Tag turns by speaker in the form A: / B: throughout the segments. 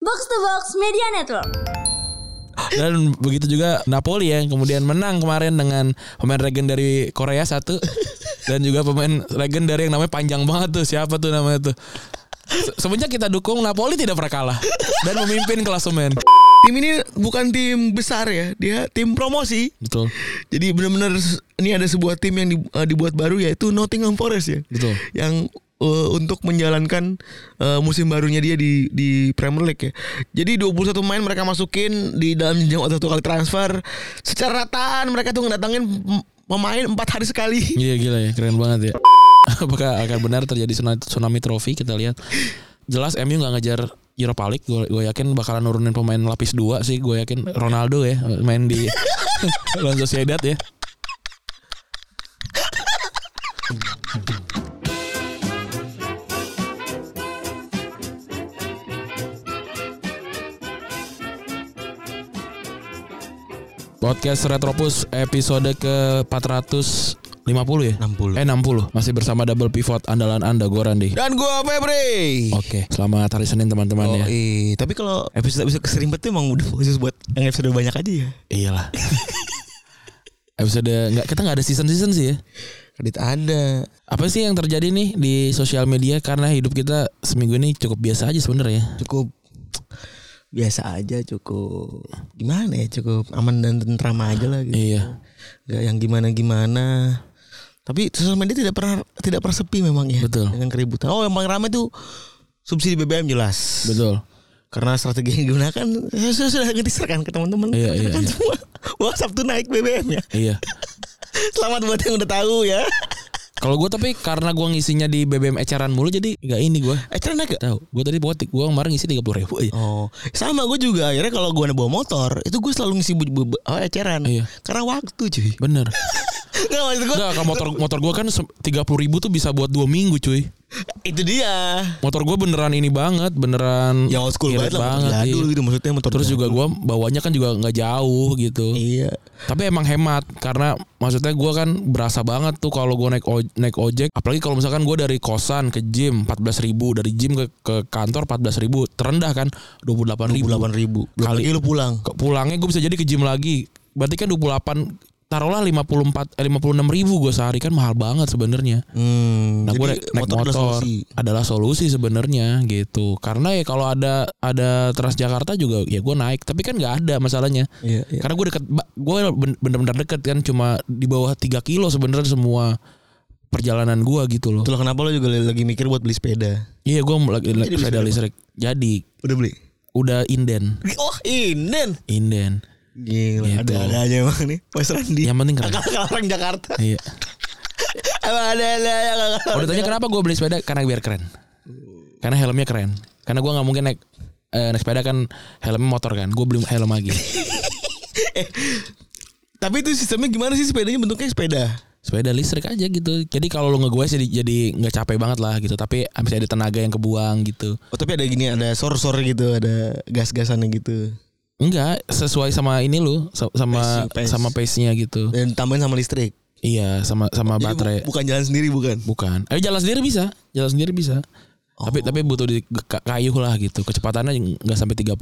A: Box to Box Media Network.
B: Dan begitu juga Napoli yang kemudian menang kemarin dengan pemain regen dari Korea satu dan juga pemain regen dari yang namanya panjang banget tuh siapa tuh namanya tuh. Se- Semenjak kita dukung Napoli tidak pernah kalah dan memimpin klasemen.
C: Tim ini bukan tim besar ya, dia tim promosi.
B: Betul.
C: Jadi benar-benar s- ini ada sebuah tim yang di- eh, dibuat baru yaitu Nottingham Forest ya.
B: Betul.
C: Yang eh, untuk menjalankan eh, musim barunya dia di di Premier League ya. Jadi 21 pemain mereka masukin di dalam jenjang waktu satu kali transfer. Secara rataan mereka tuh ngedatangin pem- pemain empat hari sekali.
B: Iya gila ya, keren banget ya. Apakah akan benar terjadi tsunami, tsunami trofi kita lihat. Jelas MU nggak ngejar Europa League, gue yakin bakalan nurunin pemain lapis dua sih, gue yakin Ronaldo ya main di Real Sociedad ya. Podcast Retropus episode ke 450 ya?
C: 60.
B: Eh 60 Masih bersama Double Pivot Andalan Anda Gue Randy
C: Dan gua Febri.
B: Oke Selamat hari Senin teman-teman ya
C: iya. Tapi kalau episode episode kesering tuh emang udah khusus buat yang episode banyak aja ya.
B: Iyalah Episode nggak Kita nggak ada season-season sih ya
C: Kredit Anda.
B: Apa sih yang terjadi nih Di sosial media Karena hidup kita Seminggu ini cukup biasa aja sebenarnya ya
C: cukup biasa aja cukup gimana ya cukup aman dan tentram aja lah gitu.
B: Iya.
C: Gak yang gimana gimana. Tapi sosial media tidak pernah tidak pernah sepi memang ya.
B: Betul.
C: Dengan keributan. Oh yang paling ramai tuh subsidi BBM jelas.
B: Betul
C: Karena strategi yang digunakan saya sudah, sudah ngeteaser kan ke teman-teman.
B: Iya, iya,
C: Kan
B: iya.
C: semua WhatsApp tuh naik BBM ya.
B: Iya
C: Selamat buat yang udah tahu ya.
B: Kalau gue tapi Karena gue ngisinya di BBM eceran mulu Jadi nggak ini gue
C: Eh ternyata nggak?
B: Tahu, gue tadi buat gue kemarin ngisi tiga puluh ribu aja.
C: Oh, sama gue juga akhirnya kalau gue bawa motor itu gue selalu ngisi bu, bu, bu- oh, eceran.
B: Iya.
C: Karena waktu cuy.
B: Bener.
C: Nggak, maksud gue
B: Enggak, kalau motor motor gue kan tiga puluh ribu tuh bisa buat dua minggu cuy.
C: itu dia.
B: Motor gue beneran ini banget, beneran
C: Ya old school
B: irit
C: banget lah motor
B: iya.
C: jadul gitu maksudnya motor.
B: Terus juga
C: jadul.
B: gue bawanya kan juga nggak jauh gitu.
C: iya.
B: Tapi emang hemat karena maksudnya gue kan berasa banget tuh kalau gue naik oj- naik ojek, apalagi kalau misalkan gue dari kosan ke gym 14.000 ribu, dari gym ke, ke kantor 14.000 ribu, terendah kan 28.000 ribu.
C: delapan ribu.
B: Kali-
C: Kali lu pulang.
B: Ke- Pulangnya gue bisa jadi ke gym lagi. Berarti kan 28 taruhlah 54 eh, 56 ribu gue sehari kan mahal banget sebenarnya.
C: Hmm.
B: Nah, gue
C: jadi
B: naik naik motor,
C: adalah solusi.
B: adalah solusi sebenarnya gitu. Karena ya kalau ada ada Transjakarta juga ya gue naik, tapi kan nggak ada masalahnya.
C: Iya, iya.
B: Karena gue deket, gue bener-bener deket kan cuma di bawah 3 kilo sebenarnya semua perjalanan gue gitu loh.
C: Itulah kenapa lu juga lagi mikir buat beli sepeda.
B: Iya gue lagi lagi
C: bisa
B: sepeda
C: dapat.
B: listrik. Jadi
C: Udah beli?
B: udah inden,
C: Oh, inden.
B: inden.
C: Gila,
B: Gitu.
C: ada ada aja emang nih. Mas Randi.
B: Yang penting keren.
C: Akal-akal orang Jakarta.
B: Iya.
C: Emang ada ada ada akal-akal
B: Kalau
C: orang
B: ditanya kenapa gue beli sepeda karena biar keren. Karena helmnya keren. Karena gue nggak mungkin naik eh, naik sepeda kan helmnya motor kan. Gue beli helm lagi.
C: Tapi itu sistemnya gimana sih sepedanya bentuknya sepeda?
B: sepeda listrik aja gitu. Jadi kalau lu ngegoes jadi jadi nggak capek banget lah gitu. Tapi habis ada tenaga yang kebuang gitu.
C: Oh tapi ada gini ada sor-sor gitu ada gas-gasannya gitu
B: Enggak, sesuai sama ini lu sa- sama
C: Pace, pace.
B: sama pace-nya gitu.
C: dan tambahin sama listrik.
B: Iya, sama sama
C: Jadi bu-
B: baterai.
C: bukan jalan sendiri bukan.
B: Bukan. Eh jalan sendiri bisa, jalan sendiri bisa. Tapi tapi butuh di ka- kayuh lah gitu. Kecepatannya nggak sampai 30.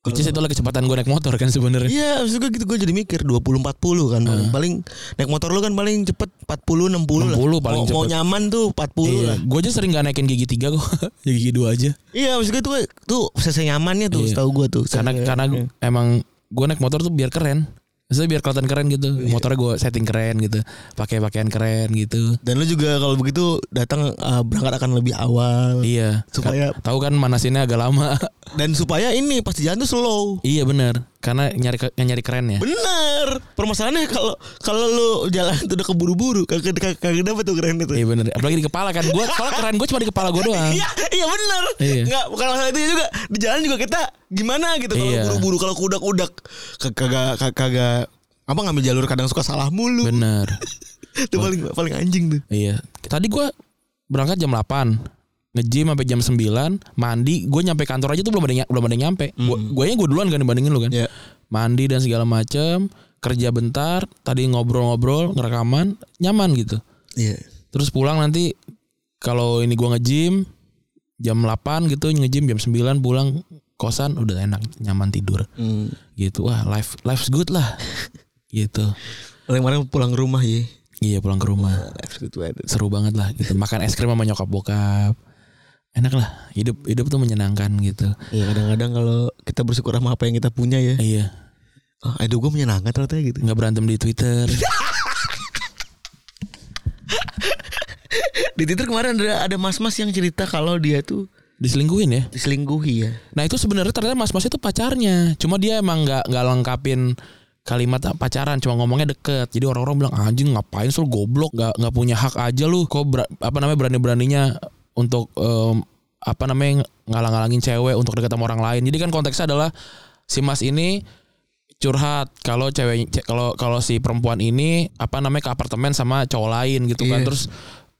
B: Which is itulah kecepatan gue naik motor kan sebenarnya.
C: Iya, maksud gue gitu gue jadi mikir 20 40 kan paling. Paling naik motor lu kan paling cepet 40 60
B: 60 paling
C: lah. mau, mau
B: cepet.
C: nyaman tuh 40 lah.
B: Gue Iya, aja sering gak naikin gigi tiga kok, Ya, gigi dua aja.
C: Iya, maksud gue tuh tuh sese nyamannya tuh
B: Iya.
C: setahu gue tuh.
B: karena
C: Sese-
B: karena emang gue naik motor tuh biar keren Maksudnya biar kelihatan keren gitu motornya gue setting keren gitu pakai pakaian keren gitu
C: dan lu juga kalau begitu datang eh, berangkat akan lebih awal
B: iya
C: Supaya-
B: Ka- tahu kan manasinnya agak lama
C: dan supaya ini pasti jalan tuh slow.
B: iya bener karena nyari ke- nyari keren ya
C: Bener. Permasalahannya kalau kalau lu jalan tuh udah keburu-buru kagak kagak- kagak dapet tuh keren itu.
B: iya bener apalagi di kepala kan gue soalnya keren gue cuma di kepala gue doang
C: Iya, iya benar.
B: Iya.
C: Enggak, bukan masalah itu juga. Di jalan juga kita gimana gitu kalau
B: Iya.
C: buru-buru kalau kudak-kudak Kag- kagak kag- kagak apa ngambil jalur kadang suka salah mulu.
B: bener
C: Itu paling paling anjing tuh.
B: iya tadi gue berangkat jam 8 ngejim sampai jam 9 mandi gue nyampe kantor aja tuh belum ada yang- belum ada yang nyampe gue gue gue duluan kan dibandingin lu kan
C: Iya.
B: mandi dan segala macem kerja bentar tadi ngobrol-ngobrol ngerekaman nyaman gitu
C: Iya.
B: terus pulang nanti kalau ini gua nge-gym jam 8 gitu nge-gym jam 9 pulang kosan udah enak nyaman tidur
C: Hmm.
B: gitu wah life life's good lah gitu
C: Paling kemarin pulang ke rumah ya.
B: iya pulang ke rumah seru banget lah gitu makan es krim sama nyokap bokap enak lah hidup hidup tuh menyenangkan gitu
C: Iya kadang-kadang kalau kita bersyukur sama apa yang kita punya ya.
B: iya
C: Oh, aduh gue menyenangkan ternyata gitu.
B: nggak berantem di twitter
C: Di Twitter kemarin ada ada mas-mas yang cerita kalau dia tuh
B: diselingkuhin ya
C: diselingkuhi ya.
B: nah itu sebenarnya ternyata mas mas itu pacarnya cuma dia emang nggak nggak lengkapin kalimat "Ah, pacaran cuma ngomongnya deket jadi orang-orang bilang anjing ngapain sih lu goblok nggak nggak punya hak aja lu kok ber- apa namanya berani beraninya untuk em, apa namanya ngalang-ngalangin cewek untuk deket sama orang lain jadi kan konteksnya adalah si mas ini curhat kalau cewek ce- kalau kalau si perempuan ini apa namanya ke apartemen sama cowok lain gitu kan
C: Iya.
B: terus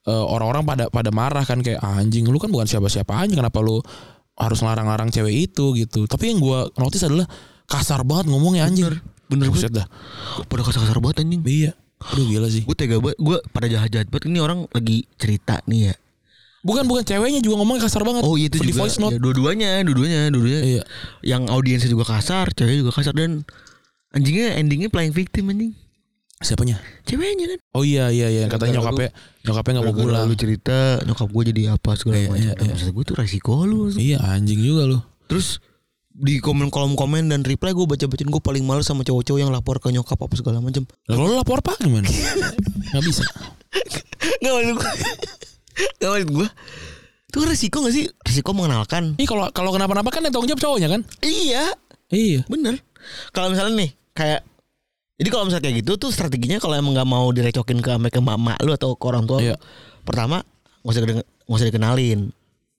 B: eh, orang-orang pada pada marah kan kayak anjing lu kan bukan siapa-siapa aja kenapa lu harus ngelarang-larang cewek itu gitu tapi yang gua notice adalah kasar banget ngomongnya anjing
C: Bener gue
B: Buset dah
C: pada kasar-kasar banget anjing.
B: iya aduh gila sih
C: Gue tega banget. Gue pada jahat-jahat banget. Ini orang lagi cerita nih ya.
B: bukan bukan ceweknya juga ngomongnya kasar banget
C: Oh iya itu
B: di
C: juga.
B: voice note
C: Ya, dua-duanya, dua-duanya, dua-duanya.
B: Iya.
C: Yang audiensnya juga kasar, ceweknya juga kasar dan anjingnya endingnya playing victim anjing.
B: siapanya
C: Ceweknya kan.
B: oh iya iya iya yang katanya
C: Iya. Gara-gara
B: nyokapnya nyokapnya nggak mau
C: Gara-gara
B: pulang
C: Lu cerita nyokap gue jadi apa segala
B: Iya,
C: macam.
B: iya,
C: Dan
B: iya.
C: Maksud gue tuh resiko lu.
B: iya anjing juga lu
C: Terus di komen kolom komen dan reply gue baca bacain gue paling males sama cowok-cowok yang lapor ke nyokap apa segala macam.
B: Lah, kalau lu lapor pak gimana nggak bisa
C: Nggak maksud gue. Nggak maksud gue. Itu resiko gak sih? Resiko mengenalkan.
B: Ih kalau kalau kenapa-napa kan yang tanggung jawab cowoknya kan?
C: Iya,
B: Iya.
C: bener. Kalau misalnya nih kayak jadi kalau misalnya kayak gitu tuh strateginya kalau emang nggak mau direcokin ke sampai ke mama lu atau ke orang tua lu,
B: Iya.
C: pertama nggak usah dideng- nggak usah dikenalin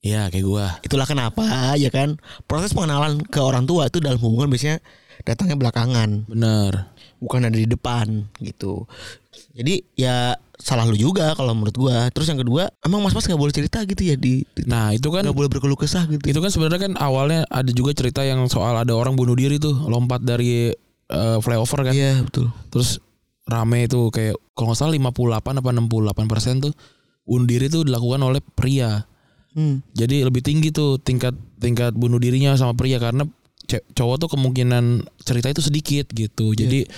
B: Iya kayak gua.
C: Itulah kenapa ya kan proses pengenalan ke orang tua itu dalam hubungan biasanya datangnya belakangan,
B: Bener.
C: bukan ada di depan gitu. Jadi ya salah lu juga kalau menurut gua. Terus yang kedua, emang mas-mas nggak boleh cerita gitu ya di di-
B: Nah itu kan
C: nggak boleh berkeluh kesah gitu.
B: itu kan sebenarnya kan awalnya ada juga cerita yang soal ada orang bunuh diri tuh lompat dari eh, flyover kan.
C: Iya betul.
B: Terus rame itu kayak kalau nggak salah 58 apa 68 persen tuh bunuh diri tuh dilakukan oleh pria.
C: Hmm.
B: Jadi lebih tinggi tuh tingkat tingkat bunuh dirinya sama pria karena ce- cowok tuh kemungkinan cerita itu sedikit gitu. Jadi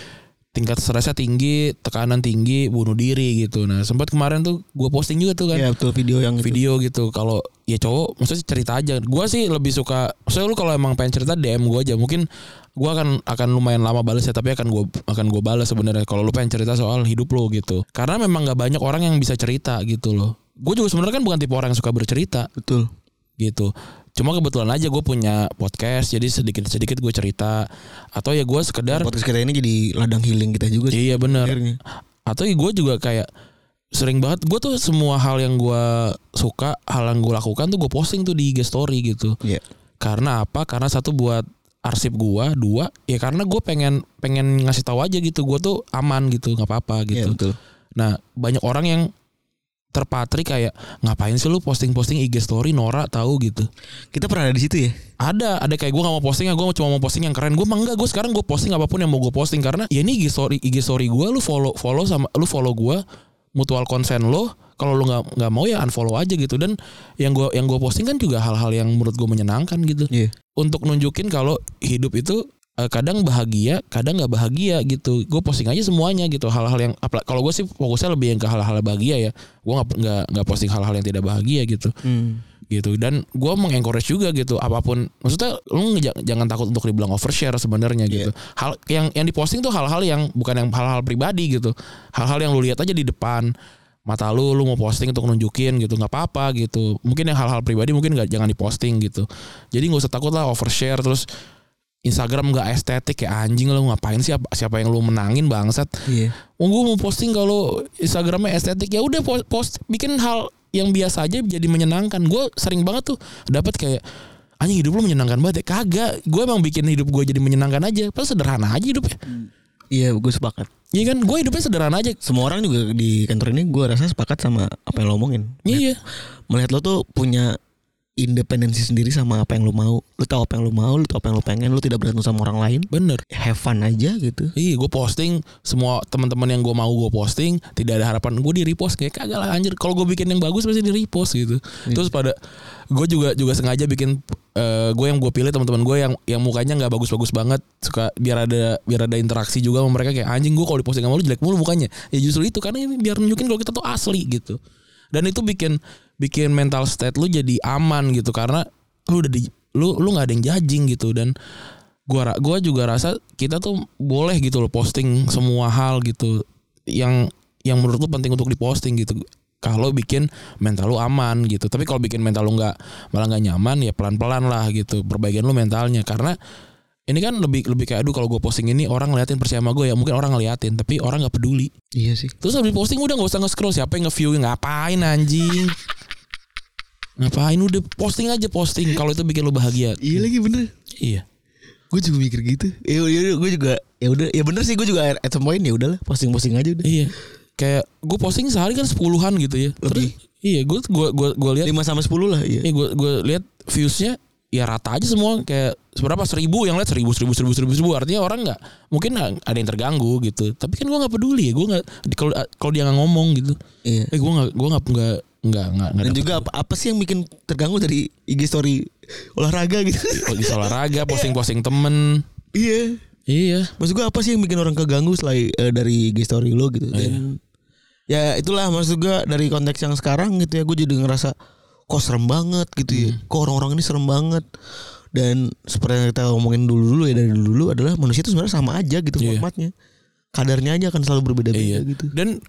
B: tingkat stresnya tinggi, tekanan tinggi, bunuh diri gitu. Nah, sempat kemarin tuh gue posting juga tuh kan
C: Iya betul video yang itu.
B: video gitu. Kalau ya cowok maksudnya cerita aja. Gua sih lebih suka saya lu kalau emang pengen cerita DM gua aja. Mungkin gua akan akan lumayan lama balas ya, tapi akan gua akan gua balas sebenarnya kalau lu pengen cerita soal hidup lu gitu. Karena memang nggak banyak orang yang bisa cerita gitu loh. Gue juga sebenarnya kan bukan tipe orang yang suka bercerita
C: Betul.
B: gitu. Cuma kebetulan aja gue punya podcast, jadi sedikit-sedikit gue cerita. Atau ya gue sekedar,
C: Podcast kita ini jadi ladang healing kita juga.
B: iya bener.
C: sebenarnya.
B: Atau ya gue juga kayak sering banget, gue tuh semua hal yang gue suka, hal yang gue lakukan tuh gue posting tuh di IG story gitu.
C: Iya.
B: Karena apa? Karena satu buat arsip gua, dua ya karena gue pengen pengen ngasih tahu aja gitu, gue tuh aman gitu, nggak apa-apa
C: Iya
B: gitu.
C: betul.
B: Nah banyak orang yang terpatri kayak ngapain sih lu posting-posting IG story Nora tahu gitu.
C: Kita pernah ada di situ ya.
B: ada ada kayak gue gak mau posting ya gue cuma mau posting yang keren gue mah enggak gue sekarang gue posting apapun yang mau gue posting karena ya ini IG story IG story gue lu follow follow sama lu follow gue mutual consent lo kalau lu nggak nggak mau ya unfollow aja gitu dan yang gue yang gue posting kan juga hal-hal yang menurut gue menyenangkan gitu
C: Iya.
B: untuk nunjukin kalau hidup itu eh, kadang bahagia, kadang nggak bahagia gitu. Gue posting aja semuanya gitu, hal-hal yang apla- kalau gue sih fokusnya lebih yang ke hal-hal bahagia ya. Gue nggak nggak nggak posting hal-hal yang tidak bahagia gitu
C: Hmm.
B: gitu dan gue mengencourage juga gitu apapun maksudnya lu ngeja- jangan takut untuk dibilang overshare sebenarnya gitu hal yang yang diposting tuh hal-hal yang bukan yang hal-hal pribadi gitu hal-hal yang lu lihat aja di depan mata lu lu mau posting untuk nunjukin gitu nggak apa-apa gitu mungkin yang hal-hal pribadi mungkin nggak jangan diposting gitu jadi nggak usah takut lah overshare terus Instagram nggak estetik ya anjing lu ngapain sih Apa- siapa yang lu menangin bangsat
C: Iya.
B: Oh, gue mau posting kalau Instagramnya estetik ya udah po- post bikin hal yang biasa aja jadi menyenangkan. Gue sering banget tuh dapat kayak anjing hidup lu menyenangkan banget ya. Kagak, gue emang bikin hidup gue jadi menyenangkan aja. Pas sederhana aja hidupnya.
C: Iya, gue sepakat.
B: Iya kan, gue hidupnya sederhana aja.
C: Semua orang juga di kantor ini gue rasa sepakat sama apa yang Ya, lo omongin.
B: Iya,
C: Melihat lo tuh punya independensi sendiri sama apa yang lu mau. Lu tahu apa yang lu mau, lu tahu apa yang lu pengen, lu tidak berantem sama orang lain.
B: Bener.
C: Have fun aja gitu.
B: Iya, gue posting semua teman-teman yang gue mau gue posting, tidak ada harapan gue di repost kayak kagak lah anjir. Kalau gue bikin yang bagus pasti di repost gitu. Terus pada gue juga juga sengaja bikin eh, gue yang gue pilih teman-teman gue yang yang mukanya nggak bagus-bagus banget suka biar ada biar ada interaksi juga sama mereka kayak anjing gue kalau di posting sama lu jelek mulu mukanya. Ya justru itu karena ini biar nunjukin kalau kita tuh asli gitu. Dan itu bikin bikin mental state lu jadi aman gitu karena lu udah di lu lu nggak ada yang judging gitu dan gua ra- gua juga rasa kita tuh boleh gitu loh posting semua hal gitu yang yang menurut lu penting untuk diposting gitu kalau bikin mental lu aman gitu tapi kalau bikin mental lu nggak malah nggak nyaman ya pelan pelan lah gitu perbaikin lu mentalnya karena ini kan lebih lebih kayak aduh kalau gue posting ini orang ngeliatin percaya sama gue ya mungkin orang ngeliatin tapi orang nggak peduli
C: Iya sih.
B: terus habis posting udah nggak usah nge-scroll siapa yang nge-view ngapain anjing ngapain udah posting aja posting kalau itu bikin lu bahagia
C: Iya lagi bener.
B: iya
C: Gue juga mikir gitu. Ya udah, gue juga ya udah ya bener sih gue juga at some point ya udahlah posting-posting aja udah.
B: Iya. Kayak gue posting sehari kan sepuluhan gitu ya.
C: Lebih.
B: Terus iya gue gue gue gue lihat
C: 5 sampai 10 lah iya.
B: iya gue gue lihat viewsnya ya rata aja semua kayak seberapa seribu yang lihat seribu seribu seribu seribu seribu artinya orang nggak mungkin ada yang terganggu gitu tapi kan gue nggak peduli ya gue nggak di- kalau kalau dia nggak ngomong gitu
C: Iya.
B: eh gue nggak gue nggak nggak nggak nggak nggak
C: Dan
B: dapet-
C: juga apa, apa sih yang bikin terganggu dari IG story olahraga gitu?
B: kalau di olahraga posting posting temen
C: iya.
B: iya
C: Maksud gue apa sih yang bikin orang keganggu selain eh, dari IG story lo gitu Dan Ya itulah maksud gue dari konteks yang sekarang gitu ya Gue jadi ngerasa kok serem banget gitu ya Kok orang-orang ini serem banget Dan seperti yang kita omongin dulu-dulu ya dari dulu adalah manusia itu sebenarnya sama aja gitu
B: Iya.
C: formatnya Kadarnya aja akan selalu
B: Iya.
C: berbeda-beda gitu
B: Dan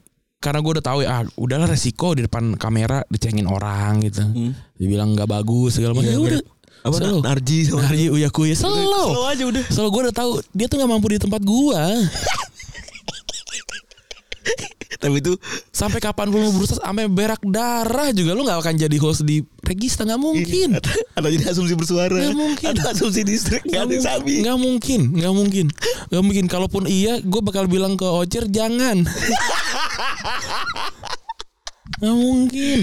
B: karena gue udah tahu ya, ah, udahlah resiko di depan kamera dicengin orang gitu. Dibilang nggak bagus segala macam.
C: Hmm.
B: Ya
C: Iya,
B: udah.
C: Apa
B: Slow.
C: Narji sama
B: Hari uya kuya
C: Slow
B: selo.
C: aja udah
B: Selo gue udah tahu dia tuh nggak mampu di tempat gue.
C: Tapi itu
B: Sampai kapan lu mau berusaha sampai berak darah juga lu nggak akan jadi host di Regista nggak mungkin.
C: Atau jadi asumsi bersuara
B: Nggak mungkin.
C: Atau asumsi distrik Gak Iya, ada yang sabi
B: Nggak mungkin, nggak mungkin, nggak mungkin. Kalaupun iya, gue bakal bilang ke Ocer jangan. Nggak mungkin.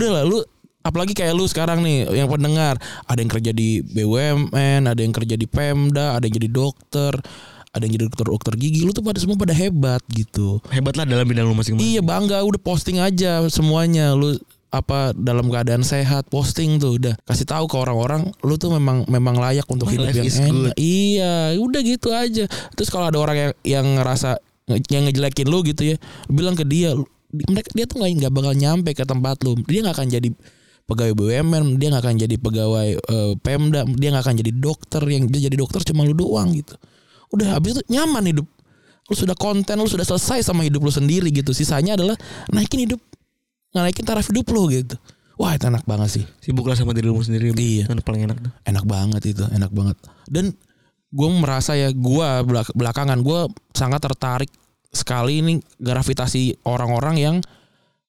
B: Udah lah, lu apalagi kayak lu sekarang nih yang pendengar, ada yang kerja di BUMN, ada yang kerja di Pemda, ada yang jadi dokter, ada yang jadi dokter dokter gigi. Lu tuh pada semua pada hebat gitu.
C: Hebatlah dalam bidang lo masing-masing
B: Iya bangga udah posting aja semuanya lu apa dalam keadaan sehat posting tuh udah kasih tahu ke orang-orang lu tuh memang memang layak untuk
C: My
B: hidup
C: life
B: yang
C: is
B: enak. Iya, udah gitu aja. Terus kalau ada orang yang yang ngerasa yang ngejelekin lu gitu ya, bilang ke dia lu- mereka dia tuh nggak nggak bakal nyampe ke tempat lu. Dia nggak akan jadi pegawai BUMN, dia nggak akan jadi pegawai eh, Pemda, dia nggak akan jadi dokter yang dia jadi dokter cuma lu doang gitu. Udah habis itu nyaman hidup. Lu sudah konten, lu sudah selesai sama hidup lu sendiri gitu. Sisanya adalah naikin hidup, naikin taraf hidup lu gitu. Wah, itu enak banget sih.
C: Sibuklah sama diri lu sendiri.
B: Iya.
C: Kan paling enak tuh.
B: enak banget itu enak banget dan gue merasa ya gue belak- belakangan gue sangat tertarik sekali ini gravitasi orang-orang yang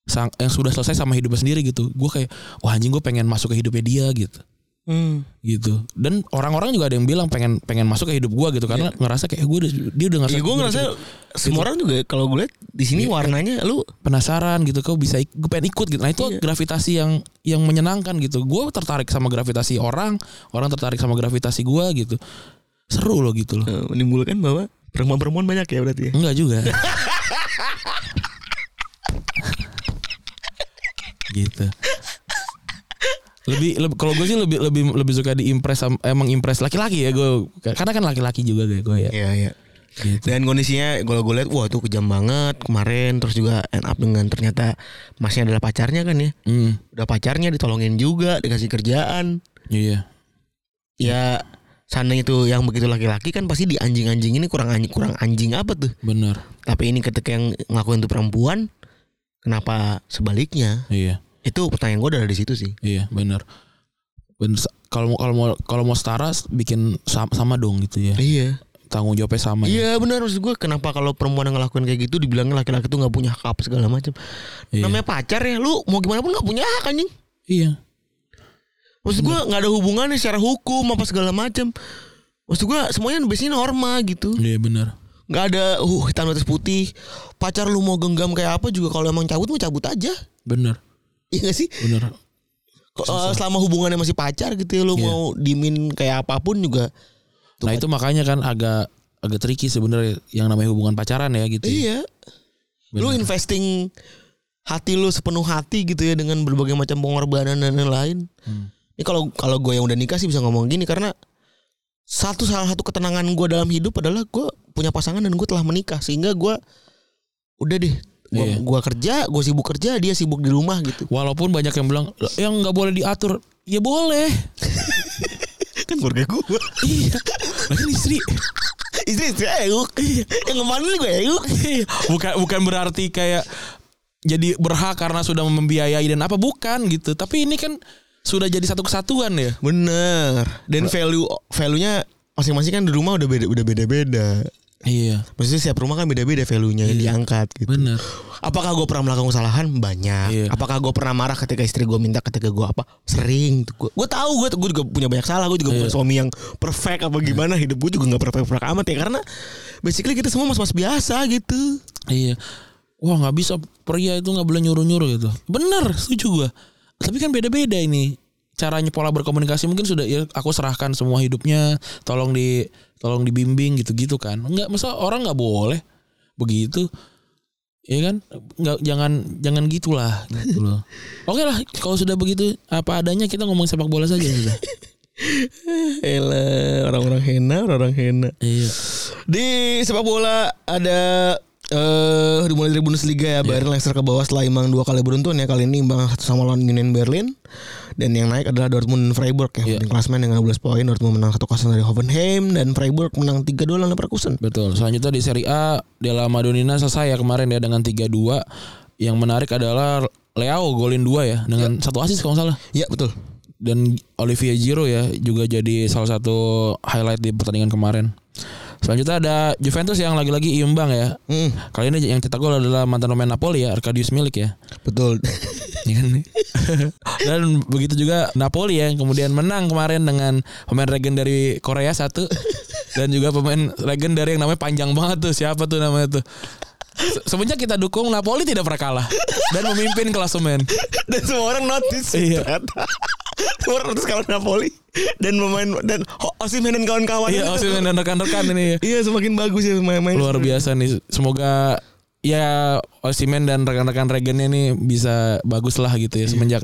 B: sang- yang sudah selesai sama hidupnya sendiri gitu gue kayak wah anjing gue pengen masuk ke hidupnya dia gitu
C: Hmm.
B: gitu dan orang-orang juga ada yang bilang pengen pengen masuk ke hidup gue gitu karena ngerasa kayak gue dia udah ngerasa
C: Ya gue
B: gua udah
C: Iya. ngerasa
B: cukup.
C: semua orang juga kalau gue lihat di sini warnanya lu
B: penasaran gitu kau bisa ik- gue pengen ikut gitu nah itu
C: Iya.
B: gravitasi yang yang menyenangkan gitu gue tertarik sama gravitasi orang orang tertarik sama gravitasi gue gitu seru loh gitu loh
C: eh, menimbulkan bahwa perempuan-perempuan banyak ya berarti ya.
B: enggak juga gitu lebih, leb- kalau gue sih lebih lebih lebih suka diimpress sam- emang impress laki-laki ya gue karena kan laki-laki juga gue gue ya
C: Iya iya.
B: Gitu.
C: Dan kondisinya kalau gue lihat wah tuh kejam banget kemarin terus juga end up dengan ternyata masnya adalah pacarnya kan ya.
B: Hmm,
C: Udah pacarnya ditolongin juga, dikasih kerjaan.
B: iya
C: Ya seandainya itu yang begitu laki-laki kan pasti di anjing-anjing ini kurang anjing kurang anjing apa tuh.
B: benar
C: Tapi ini ketika yang ngelakuin itu perempuan kenapa sebaliknya?
B: iya
C: Itu pertanyaan gue dari situ sih.
B: Iya benar. Bener. Sa- Kalau mau kalau mau kalau mau setara s- bikin sama, sama dong gitu ya.
C: Iya.
B: Tanggung jawabnya sama. ya.
C: Iya benar maksud gue kenapa kalau perempuan yang ngelakuin kayak gitu dibilangnya laki-laki tuh nggak punya hak apa segala macam.
B: Iya.
C: Namanya pacar ya lu mau gimana pun nggak punya hak anjing.
B: Iya.
C: Maksud gue nggak ada hubungannya secara hukum apa segala macam. Maksud gue semuanya biasanya norma gitu.
B: Iya benar.
C: Nggak ada uh hitam di atas putih. Pacar lu mau genggam kayak apa juga kalau emang cabut mau cabut aja.
B: Benar.
C: Iya gak sih?
B: Benar.
C: eh, selama hubungannya masih pacar gitu ya,
B: Iya.
C: lu mau dimin kayak apapun juga.
B: Nah itu makanya kan agak agak tricky sebenarnya yang namanya hubungan pacaran ya gitu. ya.
C: Iya. Lu
B: Benar.
C: investing hati lu sepenuh hati gitu ya dengan berbagai macam pengorbanan dan lain-lain. Ini kalau kalau gue yang udah nikah sih bisa ngomong gini karena satu salah satu ketenangan gue dalam hidup adalah gue punya pasangan dan gue telah menikah sehingga gue udah deh gue
B: Iya.
C: gua kerja gue sibuk kerja dia sibuk di rumah gitu
B: Walaupun banyak yang bilang "Lah, yang nggak boleh diatur, ya boleh.
C: kan keluarga gue
B: iya. Lah kan istri.
C: istri istri ayo yang kemarin gue ayo
B: Iya. bukan bukan berarti kayak jadi berhak karena sudah membiayai dan apa bukan gitu. Tapi ini kan sudah jadi satu kesatuan ya.
C: bener dan value value nya masing-masing kan di rumah udah beda udah beda beda
B: Iya.
C: maksudnya setiap rumah kan beda beda value nya yang diangkat gitu
B: Bener.
C: Apakah gue pernah melakukan kesalahan? Banyak.
B: Iya.
C: Apakah gue pernah marah ketika istri gue minta ketika gue apa? Sering. Gue gue tahu gue gue juga punya banyak salah. Gue juga bukan suami yang perfect apa gimana. Hidup gue juga nggak perfect perfect amat ya karena basically kita semua mas-mas biasa gitu.
B: Iya. Wah nggak bisa pria itu nggak boleh nyuruh nyuruh gitu. Bener, setuju gua. Tapi kan beda beda ini caranya pola berkomunikasi mungkin sudah ya aku serahkan semua hidupnya tolong di tolong dibimbing gitu gitu kan nggak masa orang nggak boleh begitu ya kan nggak jangan jangan gitulah gitu loh oke lah kalau sudah begitu apa adanya kita ngomong sepak bola saja sudah
C: Elah orang-orang hena, orang-orang hena.
B: iya
C: Di sepak bola ada eh dimulai dari Bundesliga ya Bayern
B: Iya.
C: Leicester ke bawah setelah imbang dua kali beruntun ya kali ini imbang satu sama lawan Union Berlin dan yang naik adalah Dortmund Freiburg ya
B: Iya.
C: Paling klasmen dengan 12 poin Dortmund menang 1-0 dari Hoffenheim dan Freiburg menang 3-2 lawan Leverkusen
B: Betul. Selanjutnya di Serie A Della Madonnina selesai ya kemarin ya dengan 3-2. Yang menarik adalah Leo golin 2 ya dengan satu assist kalau nggak salah.
C: ya betul
B: Dan Olivier Giroud ya juga jadi salah satu highlight di pertandingan kemarin. Selanjutnya ada Juventus yang lagi-lagi imbang ya.
C: Hmm,
B: Kali ini yang cetak gol adalah mantan pemain Napoli ya, Arkadius Milik ya.
C: betul
B: Iya kan? Dan begitu juga Napoli ya yang kemudian menang kemarin dengan pemain regen dari Korea satu dan juga pemain regen dari yang namanya panjang banget tuh siapa tuh namanya tuh. Se- Semenjak kita dukung Napoli tidak pernah kalah dan memimpin klasemen.
C: dan semua orang notice
B: Iya.
C: ternyata. semua orang notice kalau Napoli dan pemain dan Osimhen dan kawan-kawan
B: Iya, Osimhen dan rekan-rekan ini ya.
C: iya semakin bagus ya main-main
B: luar biasa nih. Semoga ya Osimhen dan rekan-rekan regennya nih bisa bagus lah gitu ya semenjak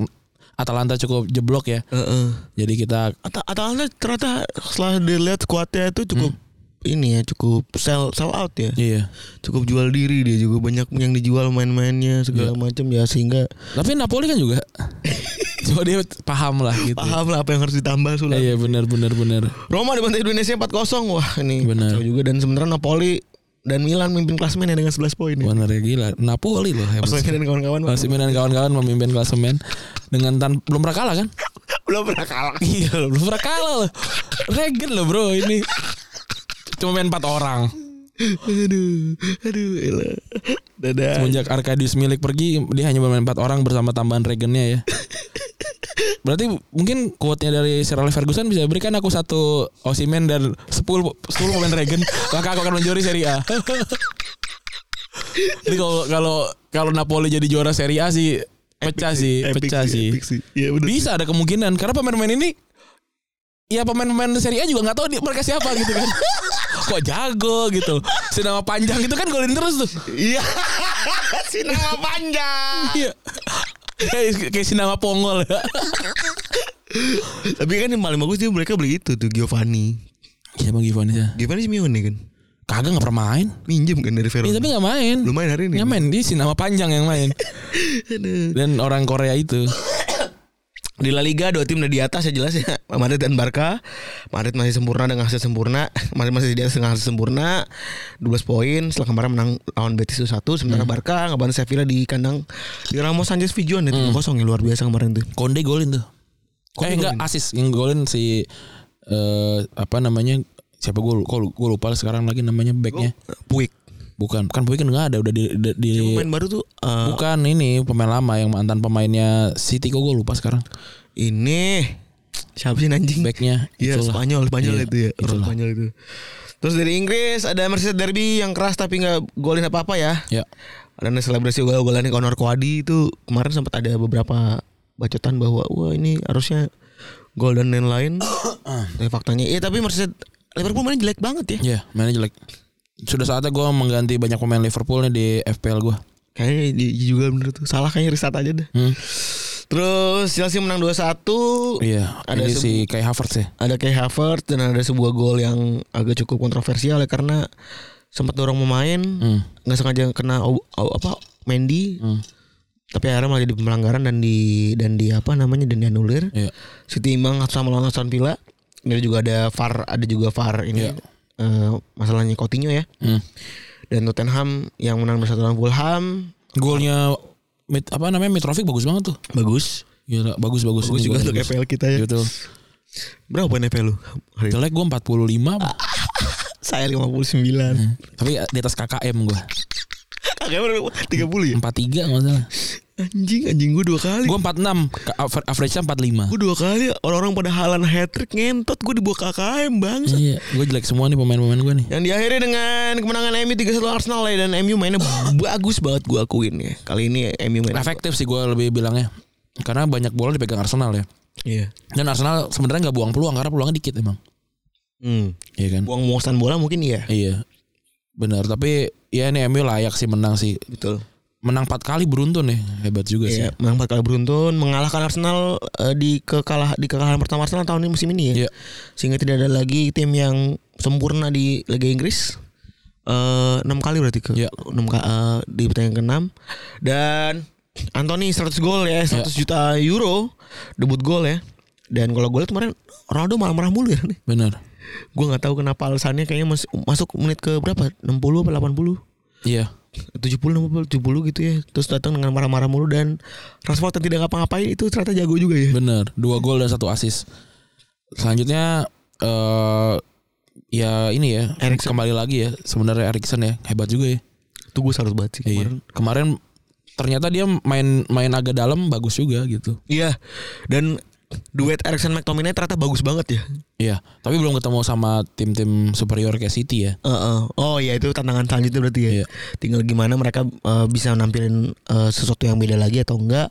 B: Atalanta cukup jeblok ya.
C: Heeh.
B: Jadi kita
C: At Atalanta ternyata setelah dilihat kuatnya itu cukup ini ya cukup sell sell out ya.
B: Hmm. iya.
C: Cukup jual diri dia juga banyak yang dijual main-mainnya segala
B: Iya.
C: macam ya sehingga
B: Tapi Napoli kan juga. Coba dia paham lah gitu.
C: paham lah apa yang harus ditambah sulah.
B: Iya benar benar benar.
C: Roma dibantai Indonesia 4-0. Wah, ini
B: Benar.
C: kacau juga dan sementara Napoli dan Milan memimpin klasmen ya dengan 11 poin ya.
B: Benar ya gila. Napoli loh hebat.
C: Osimhen dan kawan-kawan
B: Osimhen dan kawan-kawan memimpin klasemen dengan tan belum pernah kalah kan?
C: belum pernah kalah.
B: Iya loh, belum pernah kalah loh. Regen loh bro ini. Cuma main 4 orang.
C: aduh, aduh, elah. Dadah.
B: Semenjak Arkadius milik pergi dia hanya bermain 4 orang bersama tambahan Regennya ya. Berarti mungkin quote-nya dari Sir Alex Ferguson bisa berikan aku satu Osimhen dan 10 10 pemain Regen, maka aku akan menjuari Serie A. Jadi kalau kalau kalau Napoli jadi juara Serie A sih pecah sih,
C: Epic
B: pecah sih.
C: epic sih. Iya, benar.
B: Bisa ada kemungkinan karena pemain-pemain ini ya pemain-pemain Serie A juga nggak tahu di- mereka siapa gitu kan. Kok jago gitu. Si nama panjang itu kan golin terus tuh.
C: Iya. si nama panjang.
B: Iya. Kayak kayak si nama pongol ya.
C: Tapi kan yang paling bagus dia mereka beli itu tuh Giovanni.
B: Siapa Giovanni ya?
C: Giovanni Simeone kan.
B: Kagak gak pernah main.
C: Minjem kan dari Verona.
B: Iya tapi gak main.
C: Belum main hari ini.
B: Gak main. Dia si nama panjang yang main.
C: Aduh.
B: Dan orang Korea itu.
C: Di La Liga dua tim udah di atas ya jelas ya. Madrid dan Barca. Madrid masih sempurna dengan hasil sempurna. Madrid masih di atas dengan hasil sempurna. 12 poin setelah kemarin menang lawan Betis 1-1 sementara
B: Hmm.
C: Barca ngebantu Sevilla di kandang di Ramos Sanchez Vijon ya
B: Hmm.
C: 3-0 ya luar biasa kemarin tuh.
B: Konde golin tuh. eh enggak asis. Yang golin si. eh apa namanya. Siapa gue lupa, gue lupa sekarang lagi namanya backnya.
C: Puig.
B: Bukan. Bukan Boy kan gak ada. Udah di. di, di-
C: Pemain baru tuh eh,
B: bukan ini pemain lama yang mantan pemainnya City kok gue lupa sekarang
C: ini siapa sih anjing?
B: backnya
C: Iya
B: Itulah.
C: Spanyol Spanyol
B: Iya,
C: itu ya Orang
B: itulah.
C: Spanyol itu Terus dari Inggris ada Mercedes Derby yang keras tapi nggak golin apa apa ya
B: ya
C: Dan ada selebrasi gol-golan yang Conor Coady itu kemarin sempat ada beberapa bacotan bahwa wah ini harusnya gol dan lain-lain. tapi faktanya iya tapi Mercedes Liverpool main jelek banget ya.
B: Iya, mainnya jelek. Sudah saatnya gue mengganti banyak pemain Liverpool nih di FPL gue.
C: Kayaknya di- juga bener tuh. Salah kayaknya riset aja deh.
B: Hmm.
C: Terus Chelsea menang 2-1.
B: Iya,
C: Ada
B: ini
C: sebu-
B: si Kai Havertz ya.
C: Ada kayak Havertz dan ada sebuah gol yang agak cukup kontroversial ya karena sempat dorong pemain
B: Hmm.
C: nggak sengaja kena ob- ob- apa Mendy
B: Hmm.
C: tapi akhirnya malah jadi pelanggaran dan di dan di apa namanya dan dianulir.
B: Iya.
C: City Imang sama lawan Aston Villa. Ini juga ada VAR, ada juga VAR ini.
B: Iya.
C: eh, masalahnya Coutinho ya.
B: Hmm.
C: Dan Tottenham yang menang bersatu lawan Fulham
B: Golnya Mit, apa namanya Mitrovic bagus banget tuh.
C: bagus.
B: Gila, bagus bagus.
C: Bagus
B: Ini
C: juga untuk
B: bagus.
C: EPL kita ya.
B: Gitu.
C: Berapa poin EPL lu? Hari ini?
B: Jelek gue 45
C: Ah.
B: apa?
C: Saya 59.
B: Tapi di atas KKM gue
C: Kagak berapa? 30 ya?
B: 43 gak salah
C: Anjing, anjing gua dua kali.
B: Gue 46 ke- aver- Average-nya 45
C: Gua dua kali orang-orang pada halan hat trick ngentot gua dibawa KKM bang.
B: Iya Gue jelek semua nih pemain-pemain gue nih
C: Yang diakhiri dengan kemenangan MU 3-1 Arsenal ya dan MU mainnya bagus banget gua akuin ya. Kali ini MU main
B: Efektif sih gue lebih bilangnya Karena banyak bola dipegang Arsenal ya
C: Iya.
B: Dan Arsenal sebenarnya gak buang peluang Karena peluangnya dikit emang
C: Hmm.
B: Iya kan
C: Buang muasan bola mungkin iya.
B: Iya Benar Tapi Ya ini MU layak sih menang sih
C: Betul.
B: Menang 4 kali beruntun ya Hebat juga sih
C: Iya, menang 4 kali beruntun, mengalahkan Arsenal eh, di kekalah di kekalahan pertama Arsenal tahun ini musim ini ya.
B: Iya.
C: Sehingga tidak ada lagi tim yang sempurna di Liga Inggris. Eh, 6 kali berarti ke
B: Iya.
C: 6 ka- eh, di pertandingan ke-6 dan Anthony 100 gol ya,
B: Iya.
C: 100 juta euro debut gol ya. Dan kalau gue liat kemarin Ronaldo malah marah mulu ya nih.
B: Benar
C: Gue nggak tahu kenapa alasannya kayaknya mas- masuk menit ke berapa? 60 apa 80?
B: Iya
C: 70 60 70 gitu ya. Terus datang dengan marah-marah mulu dan Rashford yang tidak ngapa-ngapain itu ternyata jago juga ya.
B: Benar Dua gol dan satu assist Selanjutnya eh Ya ini ya
C: Eriksen.
B: Kembali lagi ya Sebenarnya Erikson ya Hebat juga ya
C: Itu gue salut banget sih
B: Iya.
C: kemarin.
B: Kemarin ternyata dia main main agak dalam bagus juga gitu.
C: Iya. Dan duet Erikson McTominay ternyata bagus banget ya.
B: Iya, tapi belum ketemu sama tim-tim superior kayak City ya.
C: Heeh. Oh iya itu tantangan selanjutnya berarti ya.
B: Iya.
C: Tinggal gimana mereka eh, bisa nampilin eh, sesuatu yang beda lagi atau enggak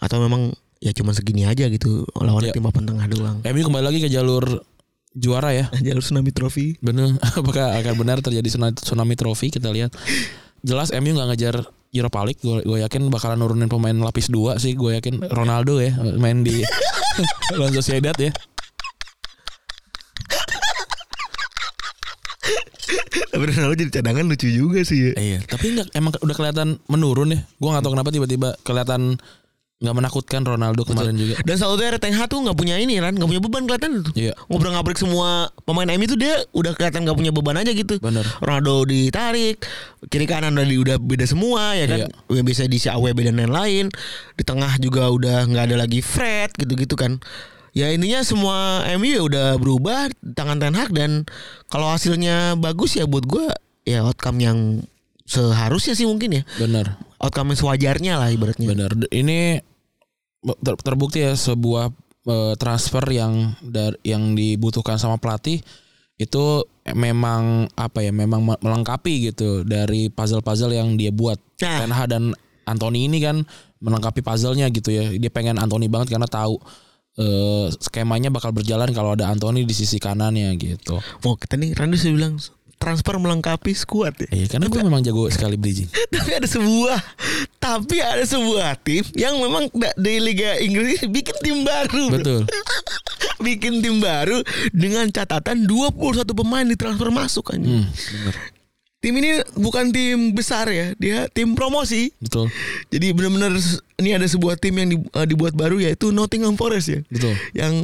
C: atau memang ya cuman segini aja gitu lawan
B: Iya.
C: tim papan tengah doang.
B: MU kembali lagi ke jalur juara ya.
C: Jalur tsunami trofi.
B: Bener, apakah akan benar terjadi tsunami, tsunami trofi kita lihat. Jelas MU nggak ngejar Europa League, gue yakin bakalan nurunin pemain lapis dua sih, gue yakin Ronaldo ya main di Real Sociedad ya.
C: Tapi Ronaldo jadi cadangan lucu juga sih
B: Iya,
C: ya.
B: tapi nggak emang udah kelihatan menurun ya. Gue nggak tahu kenapa tiba-tiba kelihatan nggak menakutkan Ronaldo kemarin juga.
C: Dan selalu Ten Hag tuh nggak punya ini kan, nggak punya beban kelihatan tuh.
B: Iya.
C: Ngobrol ngabrik semua pemain MU tuh dia udah kelihatan nggak punya beban aja gitu.
B: Bener.
C: Ronaldo ditarik, kiri kanan udah di- udah beda semua ya kan.
B: Iya.
C: Yang Bisa diisi AWB dan lain-lain. Di tengah juga udah nggak ada lagi Fred gitu-gitu kan. Ya intinya semua MU ya udah berubah di tangan Ten Hag dan kalau hasilnya bagus ya buat gua ya outcome yang seharusnya sih mungkin ya.
B: Bener.
C: Outcome yang sewajarnya lah ibaratnya.
B: Benar. D- Ini ter- terbukti ya sebuah eh, transfer yang dar- yang dibutuhkan sama pelatih itu memang apa ya memang me- melengkapi gitu dari puzzle-puzzle yang dia buat.
C: Nah.
B: Ten Hag dan Anthony ini kan melengkapi puzzle-nya gitu ya. Dia pengen Anthony banget karena tahu eh, skemanya bakal berjalan kalau ada Anthony di sisi kanannya gitu.
C: Mau kita nih Randy sudah bilang transfer melengkapi skuad ya.
B: Iya, karena gue memang jago sekali bridging.
C: Tapi ada sebuah tapi ada sebuah tim yang memang da- di Liga Inggris ini bikin tim baru. bro.
B: Betul.
C: bikin tim baru dengan catatan 21 pemain ditransfer masuk kan.
B: Hmm, bener.
C: Tim ini bukan tim besar ya, dia tim promosi.
B: Betul.
C: Jadi benar-benar s- ini ada sebuah tim yang di- eh, dibuat baru yaitu Nottingham Forest ya.
B: Betul.
C: Yang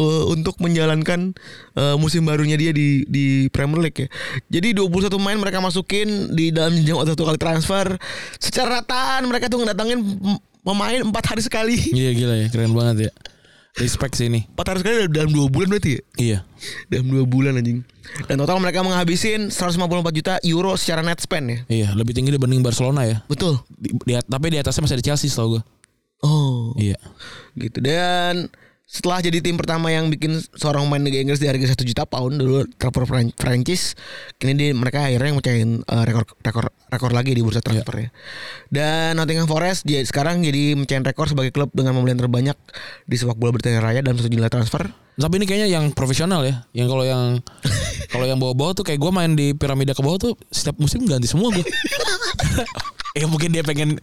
C: eh, untuk menjalankan eh, musim barunya dia di di Premier League ya. Jadi 21 pemain mereka masukin di dalam jenjang waktu satu kali transfer. Secara rataan mereka tuh ngedatangin pem- pemain empat hari sekali.
B: Iya gila ya, keren banget ya. Respect sih ini.
C: Empat hari sekali dalam- dalam dua bulan berarti ya?
B: Iya.
C: Dalam dua bulan anjing. Dan total mereka menghabisin 154 juta euro secara net spend ya.
B: Iya, lebih tinggi dibanding Barcelona ya.
C: Betul.
B: Di, di at- tapi di atasnya masih ada Chelsea setahu gue.
C: Oh.
B: Iya.
C: gitu dan Setelah jadi tim pertama yang bikin seorang pemain Liga Inggris dihargai 1 juta pound dulu transfer Fran- Prancis, kini di, mereka akhirnya mecahin eh, rekor rekor rekor lagi di bursa transfer ya. Dan Nottingham Forest dia sekarang jadi mecahin rekor sebagai klub dengan pembelian terbanyak di sepak bola Britania Raya dalam satu jumlah transfer.
B: Tapi ini kayaknya yang profesional ya. Yang kalau yang kalau yang bawah-bawah tuh kayak gue main di piramida ke bawah tuh setiap musim ganti semua gue. ya mungkin dia pengen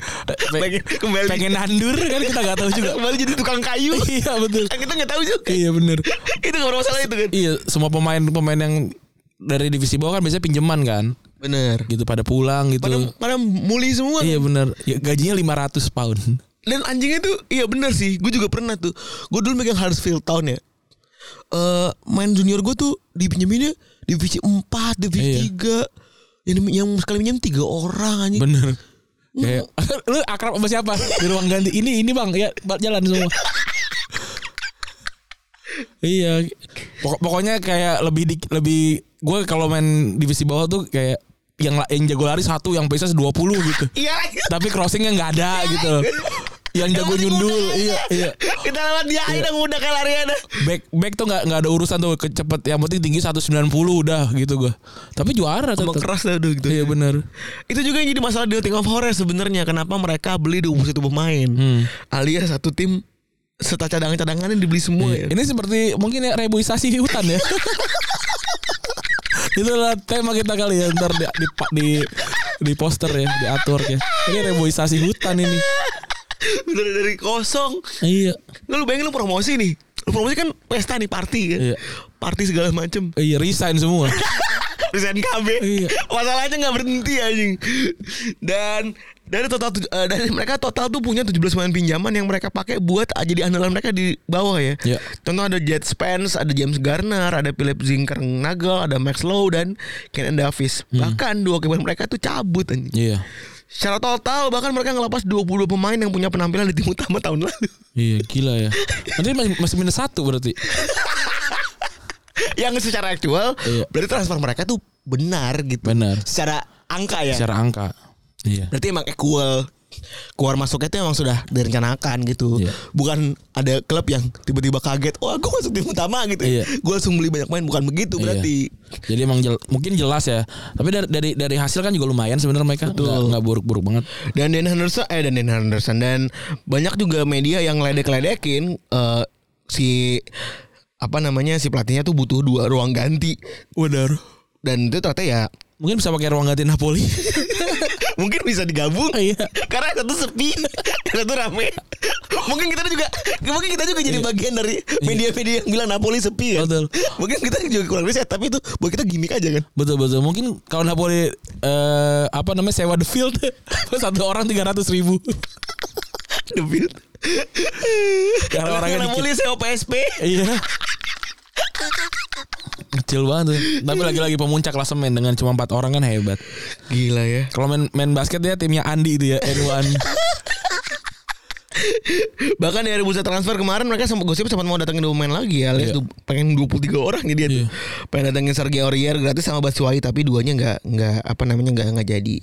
C: Pengen kembali.
B: pengen nandur kan kita nggak tahu juga.
C: Kembali jadi tukang kayu.
B: iya betul.
C: Kan kita nggak tahu juga.
B: Iya bener.
C: itu nggak masalah itu kan.
B: Iya semua pemain-pemain yang dari divisi bawah kan biasanya pinjaman kan
C: Bener.
B: gitu pada pulang gitu
C: Pada, pada muli semua. kan?
B: iya bener ya, gajinya 500 pound
C: Dan anjingnya tuh iya benar sih. Gue juga pernah tuh. Gue dulu megang Huddersfield Town ya. Eh main junior gue tuh dipinjeminnya divisi 4,
B: Iya.
C: divisi 3. Yang, yang sekali minjem 3 orang anjing.
B: bener kayak lu akrab sama siapa di ruang ganti ini ini bang ya Bang, jalan semua iya Pokok- pokoknya kayak lebih di, lebih gue kalau main divisi bawah tuh kayak yang la- yang jago lari satu yang paces 20 gitu
C: Iya. lagi.
B: tapi crossingnya nggak ada gitu yang jago
C: Yang penting
B: nyundul
C: udah.
B: iya iya
C: Kita lewat dia aja udah kayak lari ada.
B: back back tuh nggak nggak ada urusan tuh kecepet yang penting tinggi 190 udah gitu gua tapi juara
C: Emang
B: tetap
C: keras dah udah gitu.
B: iya benar
C: Itu juga yang jadi masalah di Nottingham Forest sebenarnya kenapa mereka beli 21 pemain.
B: Hmm.
C: Alias satu tim serta cadangan-cadangannya dibeli semua ya.
B: ini seperti mungkin ya reboisasi hutan ya itulah tema kita kali ya ntar di di di, di poster ya diatur ya ini reboisasi hutan ini
C: Bener dari kosong
B: iya
C: Lu, lu bayangin lu promosi nih Lu promosi kan pesta nih party kan
B: Iya.
C: Party segala macem
B: iya resign semua
C: Resign KB
B: Iya.
C: Masalahnya gak berhenti anjing Dan dari total tuj- eh, dari mereka total tuh punya 17 pemain pinjaman yang mereka pakai buat ah, jadi andalan mereka di bawah ya.
B: Iya.
C: Contoh ada Jet Spence, ada James Garner, ada Philip Zinker Nagel, ada Max Lowe dan Kenan Davis. Bahkan dua keeper mereka tuh cabut anjing.
B: Hmm. iya
C: Secara total bahkan mereka ngelepas 22 pemain yang punya penampilan di tim utama tahun lalu.
B: iya gila ya nanti masih, masih minus satu berarti
C: yang secara aktual
B: Iya.
C: berarti transfer mereka tuh benar gitu.
B: Benar.
C: Secara angka ya.
B: secara angka iya
C: Berarti emang equal keluar masuknya itu emang sudah direncanakan gitu.
B: Iya.
C: Bukan ada klub yang tiba-tiba kaget, "Wah, gue masuk tim utama" gitu.
B: Iya.
C: Gue langsung beli banyak main bukan begitu
B: Iya.
C: berarti.
B: Jadi emang jel- mungkin jelas ya. Tapi dari dari dari hasil kan juga lumayan sebenarnya mereka. Nggak nggak buruk-buruk banget.
C: Dan Dan Henderson eh dan Dan Henderson dan banyak juga media yang ledek-ledekin eh, si apa namanya si pelatihnya tuh butuh dua ruang ganti. Benar. Dan itu ternyata ya
B: Mungkin bisa pakai ruang ganti Napoli.
C: mungkin bisa digabung
B: Iya.
C: karena yang satu sepi yang satu rame mungkin kita juga mungkin kita juga jadi bagian dari media-media yang bilang Napoli sepi
B: Iya.
C: ya
B: Betul.
C: mungkin kita juga kurang riset tapi itu buat kita gimmick aja kan
B: betul betul. Mungkin kalau Napoli eh, apa namanya sewa the field satu orang tiga ratus ribu.
C: the field
B: Karena
C: Kalau
B: orangnya
C: Napoli sewa PSP
B: Iya. Kecil banget tuh. Tapi lagi-lagi pemuncak klasemen dengan cuma empat orang kan hebat.
C: gila ya
B: Kalau main main basket ya timnya Andi itu ya N1.
C: bahkan dari bursa transfer kemarin mereka sempat gosip sempat mau datangin dua pemain lagi ya alias
B: Iya.
C: du- pengen 23 orang jadi dia tuh.
B: Iya.
C: pengen datangin Sergio Aurier gratis sama Batshuayi tapi duanya nggak nggak apa namanya nggak nggak jadi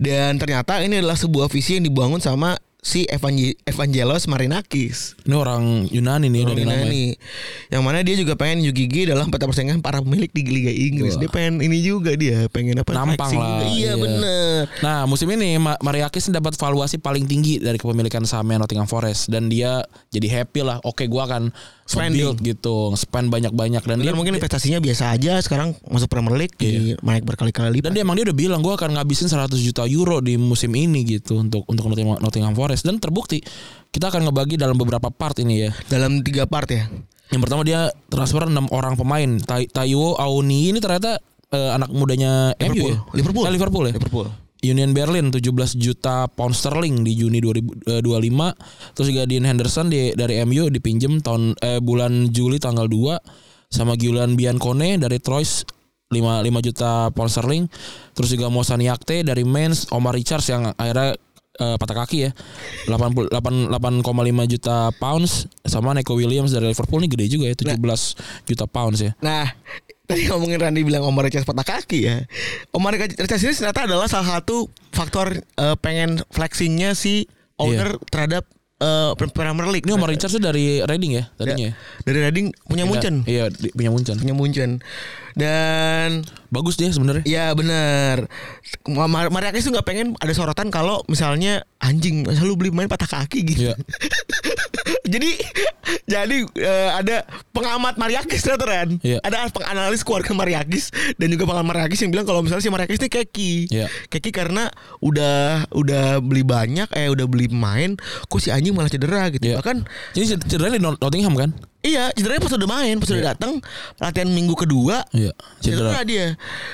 C: dan ternyata ini adalah sebuah visi yang dibangun sama si Evangel- Evangelos Marinakis
B: Ini orang Yunani nih dari
C: Romina
B: namanya.
C: nih. yang mana dia juga pengen unjuk gigi dalam peta persaingan para pemilik di Liga Inggris
B: Wah.
C: dia pengen ini juga dia pengen apa
B: Nampang
C: flexing.
B: lah, iya.
C: iya, bener
B: Nah musim ini Ma- Mariakis dapat valuasi paling tinggi dari kepemilikan sahamnya Nottingham Forest dan dia jadi happy lah. Oke, gua akan
C: Spending.
B: build gitu, spend banyak-banyak dan dia
C: Bener,
B: Iya.
C: mungkin investasinya biasa aja sekarang masuk Premier League jadi naik berkali-kali
B: dan
C: lipat.
B: dia emang dia udah bilang gua akan ngabisin 100 juta euro di musim ini gitu untuk untuk Nottingham, Nottingham Forest dan terbukti kita akan ngebagi dalam beberapa part ini ya.
C: dalam tiga part ya
B: Yang pertama dia transfer 6 orang pemain. Tai- Taiwo Aoni ini ternyata eh, anak mudanya MU ya?
C: Liverpool.
B: Eh, Liverpool ya.
C: Liverpool.
B: Union Berlin 17 juta pound sterling di Juni eh, 2025 terus juga Dean Henderson di, dari MU dipinjem tahun eh, bulan Juli tanggal 2 sama Giulian Biancone dari Troyes 5, 5 juta pound sterling terus juga Mosan Yakte dari Mainz Omar Richards yang akhirnya eh, patah kaki ya 88 8,5 juta pounds sama Neko Williams dari Liverpool ini gede juga ya 17 juta pounds ya
C: Nah, tadi ngomongin Randy bilang Omar Richards patah kaki ya. Omar Richards ini ternyata adalah salah satu faktor eh, pengen flexingnya si owner terhadap eh, Premier League.
B: Iya. Ini
C: Nah,
B: Omar Richards tuh dari Reading ya
C: Da-
B: tadinya. ya?
C: dari Reading punya Iya. Munchen.
B: Iya, di- punya Munchen.
C: Punya Munchen. Dan
B: Bagus dia sebenarnya.
C: Ya benar. Ma- Ma- Maria Akis tuh nggak pengen ada sorotan kalau misalnya anjing masa lu beli main patah kaki
B: Iya.
C: gitu. jadi jadi eh, ada pengamat Mariakis ternyata Ran.
B: Iya.
C: kan? Ada penganalis keluarga Mariakis dan juga pengamat Mariakis yang bilang kalau misalnya si Mariakis ini keki.
B: Iya.
C: Keki karena udah udah beli banyak eh udah beli pemain kok si anjing malah cedera gitu.
B: Iya.
C: Bahkan
B: Jadi cedera di Not- Nottingham kan?
C: Iya, cederanya pas udah main, pas udah datang latihan minggu kedua.
B: Iya, cedera.
C: Cedera. dia.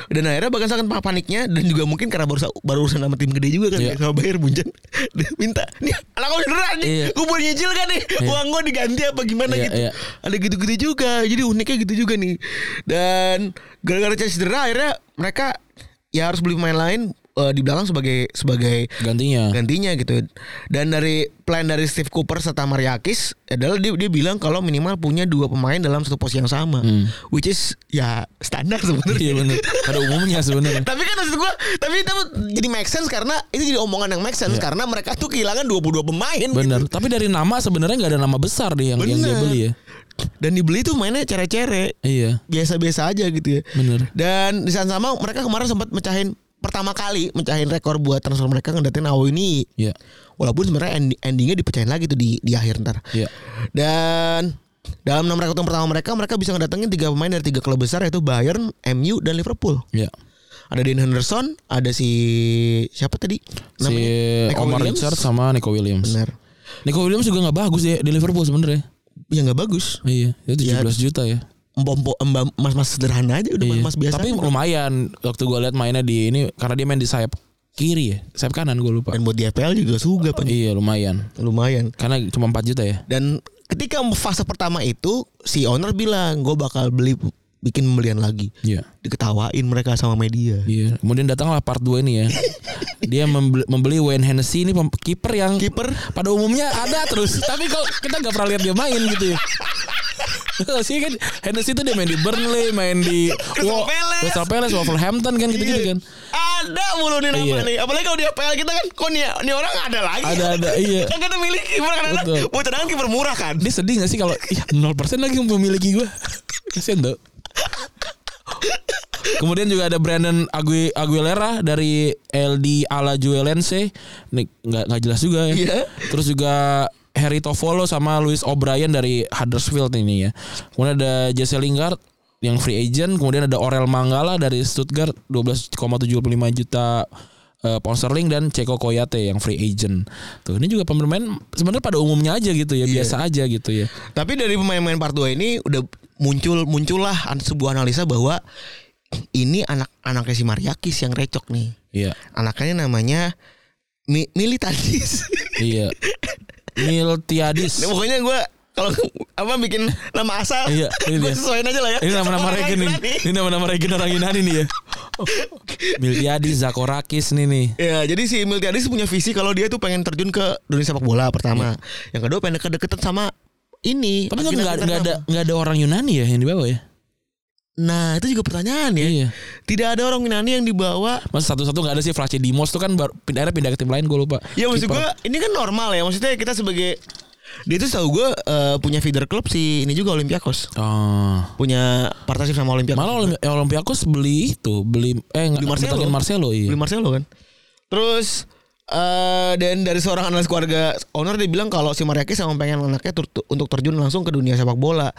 C: Dan akhirnya bahkan sangat paniknya dan juga mungkin karena baru baru urusan sama tim gede juga kan
B: Iya.
C: ya, sama Bayar Munchen. Dia minta, "Nih, anak gue cedera nih.
B: Iya.
C: Gue boleh nyicil kan nih? Uang gue diganti apa gimana
B: Iya,
C: gitu."
B: iya.
C: Ada gitu-gitu juga. Jadi uniknya gitu juga nih. Dan gara-gara cedera akhirnya mereka ya harus beli pemain lain eh, di belakang sebagai sebagai
B: Gantinya.
C: gantinya gitu. Dan dari plan dari Steve Cooper serta Mariakis adalah dia dia bilang kalau minimal punya dua pemain dalam satu pos yang sama, which is ya standar
B: Hmm. Iya
C: sebenarnya.
B: benar. Pada umumnya sebenarnya.
C: tapi kan maksud gua, tapi itu jadi make sense karena itu jadi omongan yang make sense karena mereka tuh kehilangan 22 pemain.
B: Iya.
C: gitu.
B: Benar. Tapi dari nama sebenarnya nggak ada nama besar deh yang, yang dia
C: Bener.
B: beli ya.
C: Dan dibeli tuh mainnya cere-cere,
B: Iya.
C: biasa-biasa aja gitu ya.
B: Bener.
C: Dan di saat sama mereka kemarin sempat mecahin pertama kali mecahin rekor buat transfer mereka ngedatin Awo ini.
B: Iya.
C: Walaupun sebenarnya endi- endingnya dipecahin lagi tuh di di akhir ntar.
B: Iya.
C: Dan dalam enam rekrutan pertama mereka, mereka bisa ngedatengin tiga pemain dari tiga klub besar yaitu Bayern, MU, dan Liverpool.
B: Iya.
C: Ada Dean Henderson, ada si siapa tadi?
B: Si
C: Nico
B: Omar
C: Williams.
B: Richards sama Nico Williams.
C: Benar.
B: Nico Williams juga nggak bagus ya di Liverpool sebenarnya.
C: Ya nggak bagus.
B: Iya, itu 17 juta ya.
C: Empompo, embam- mas-mas sederhana aja udah
B: Iya.
C: mas-mas biasa.
B: Tapi lumayan waktu gua lihat mainnya di ini karena dia main di sayap kiri ya, sayap kanan gue lupa.
C: dan buat di FPL juga suga Pan.
B: Iya lumayan.
C: lumayan.
B: Karena cuma 4 juta ya.
C: Dan ketika fase pertama itu si owner bilang gue bakal beli bikin pembelian lagi.
B: Iya.
C: Diketawain mereka sama media.
B: Iya. Kemudian datanglah part 2 ini ya. dia membeli, membeli Wayne Hennessy ini pem- kiper yang
C: Kiper
B: pada umumnya ada terus, tapi kok kita nggak pernah lihat dia main gitu ya. Kalau sih kan Hennessy itu dia main di Burnley, main di
C: Crystal
B: Wa-
C: Palace. Iya.
B: Crystal Palace, Wolverhampton kan gitu-gitu kan.
C: Ada mulu nih nama
B: Iya.
C: nih. Apalagi kalau di APL kita kan kok nih, nih orang ada lagi.
B: Ada ada iya.
C: Kan kita milih kiper kan
B: Betul.
C: buat cadangan kiper murah kan.
B: Dia sedih gak sih kalau ih 0% lagi yang memiliki gue Kasian tuh Kemudian juga ada Brandon Agu- Aguilera dari LD Ala Juelense. Nih nggak nggak jelas juga ya.
C: Iya.
B: Terus juga Harry Tovolo sama Luis O'Brien dari Huddersfield ini ya. Kemudian ada Jesse Lingard yang free agent, kemudian ada Orel Mangala dari Stuttgart 12,75 juta eh, pound sterling dan Ceko Koyate yang free agent. Tuh, ini juga pemain sebenarnya pada umumnya aja gitu ya, biasa aja gitu ya.
C: Tapi dari pemain-pemain part 2 ini udah muncul muncullah an- sebuah analisa bahwa ini anak-anaknya si Mariakis yang recok nih.
B: Iya.
C: Anaknya namanya Mi Militaris.
B: Iya. Miltiadis.
C: Nah, pokoknya gue kalau apa bikin nama asal
B: Iya, ini
C: gue
B: dia.
C: sesuaiin aja lah ya
B: Ini nama-nama
C: Sama orang
B: regen nih.
C: Yunani.
B: Ini nama-nama regen orang Yunani nih ya. Miltiadi Zakorakis nih nih.
C: Ya, jadi si Emil Tiadis punya visi kalau dia tuh pengen terjun ke dunia sepak bola pertama. Yang kedua pengen deket-deketan sama ini.
B: Iya. Tapi kan
C: agenda
B: nggak
C: internal.
B: nggak ada nggak ada orang Yunani ya yang dibawa ya.
C: Nah, itu juga pertanyaan ya.
B: Iya.
C: Tidak ada orang Yunani yang dibawa.
B: Mas satu-satu nggak ada sih Flaci Dimos tuh kan baru pindah akhirnya pindah ke tim lain gue lupa.
C: Ya maksud
B: Kiper.
C: gue ini kan normal ya. Maksudnya kita sebagai dia tuh tahu gue punya feeder club si ini juga Olympiakos.
B: Oh.
C: Punya partnership sama Olympiakos.
B: Malah Olim- Olympiakos beli itu, beli eh nggak
C: Beli Marcelo.
B: Marcelo. Marcelo iya.
C: beli Marcelo kan. Terus eh dan dari seorang analis keluarga owner dia bilang kalau si Mariakis emang pengen anaknya tur- tur- untuk terjun langsung ke dunia sepak bola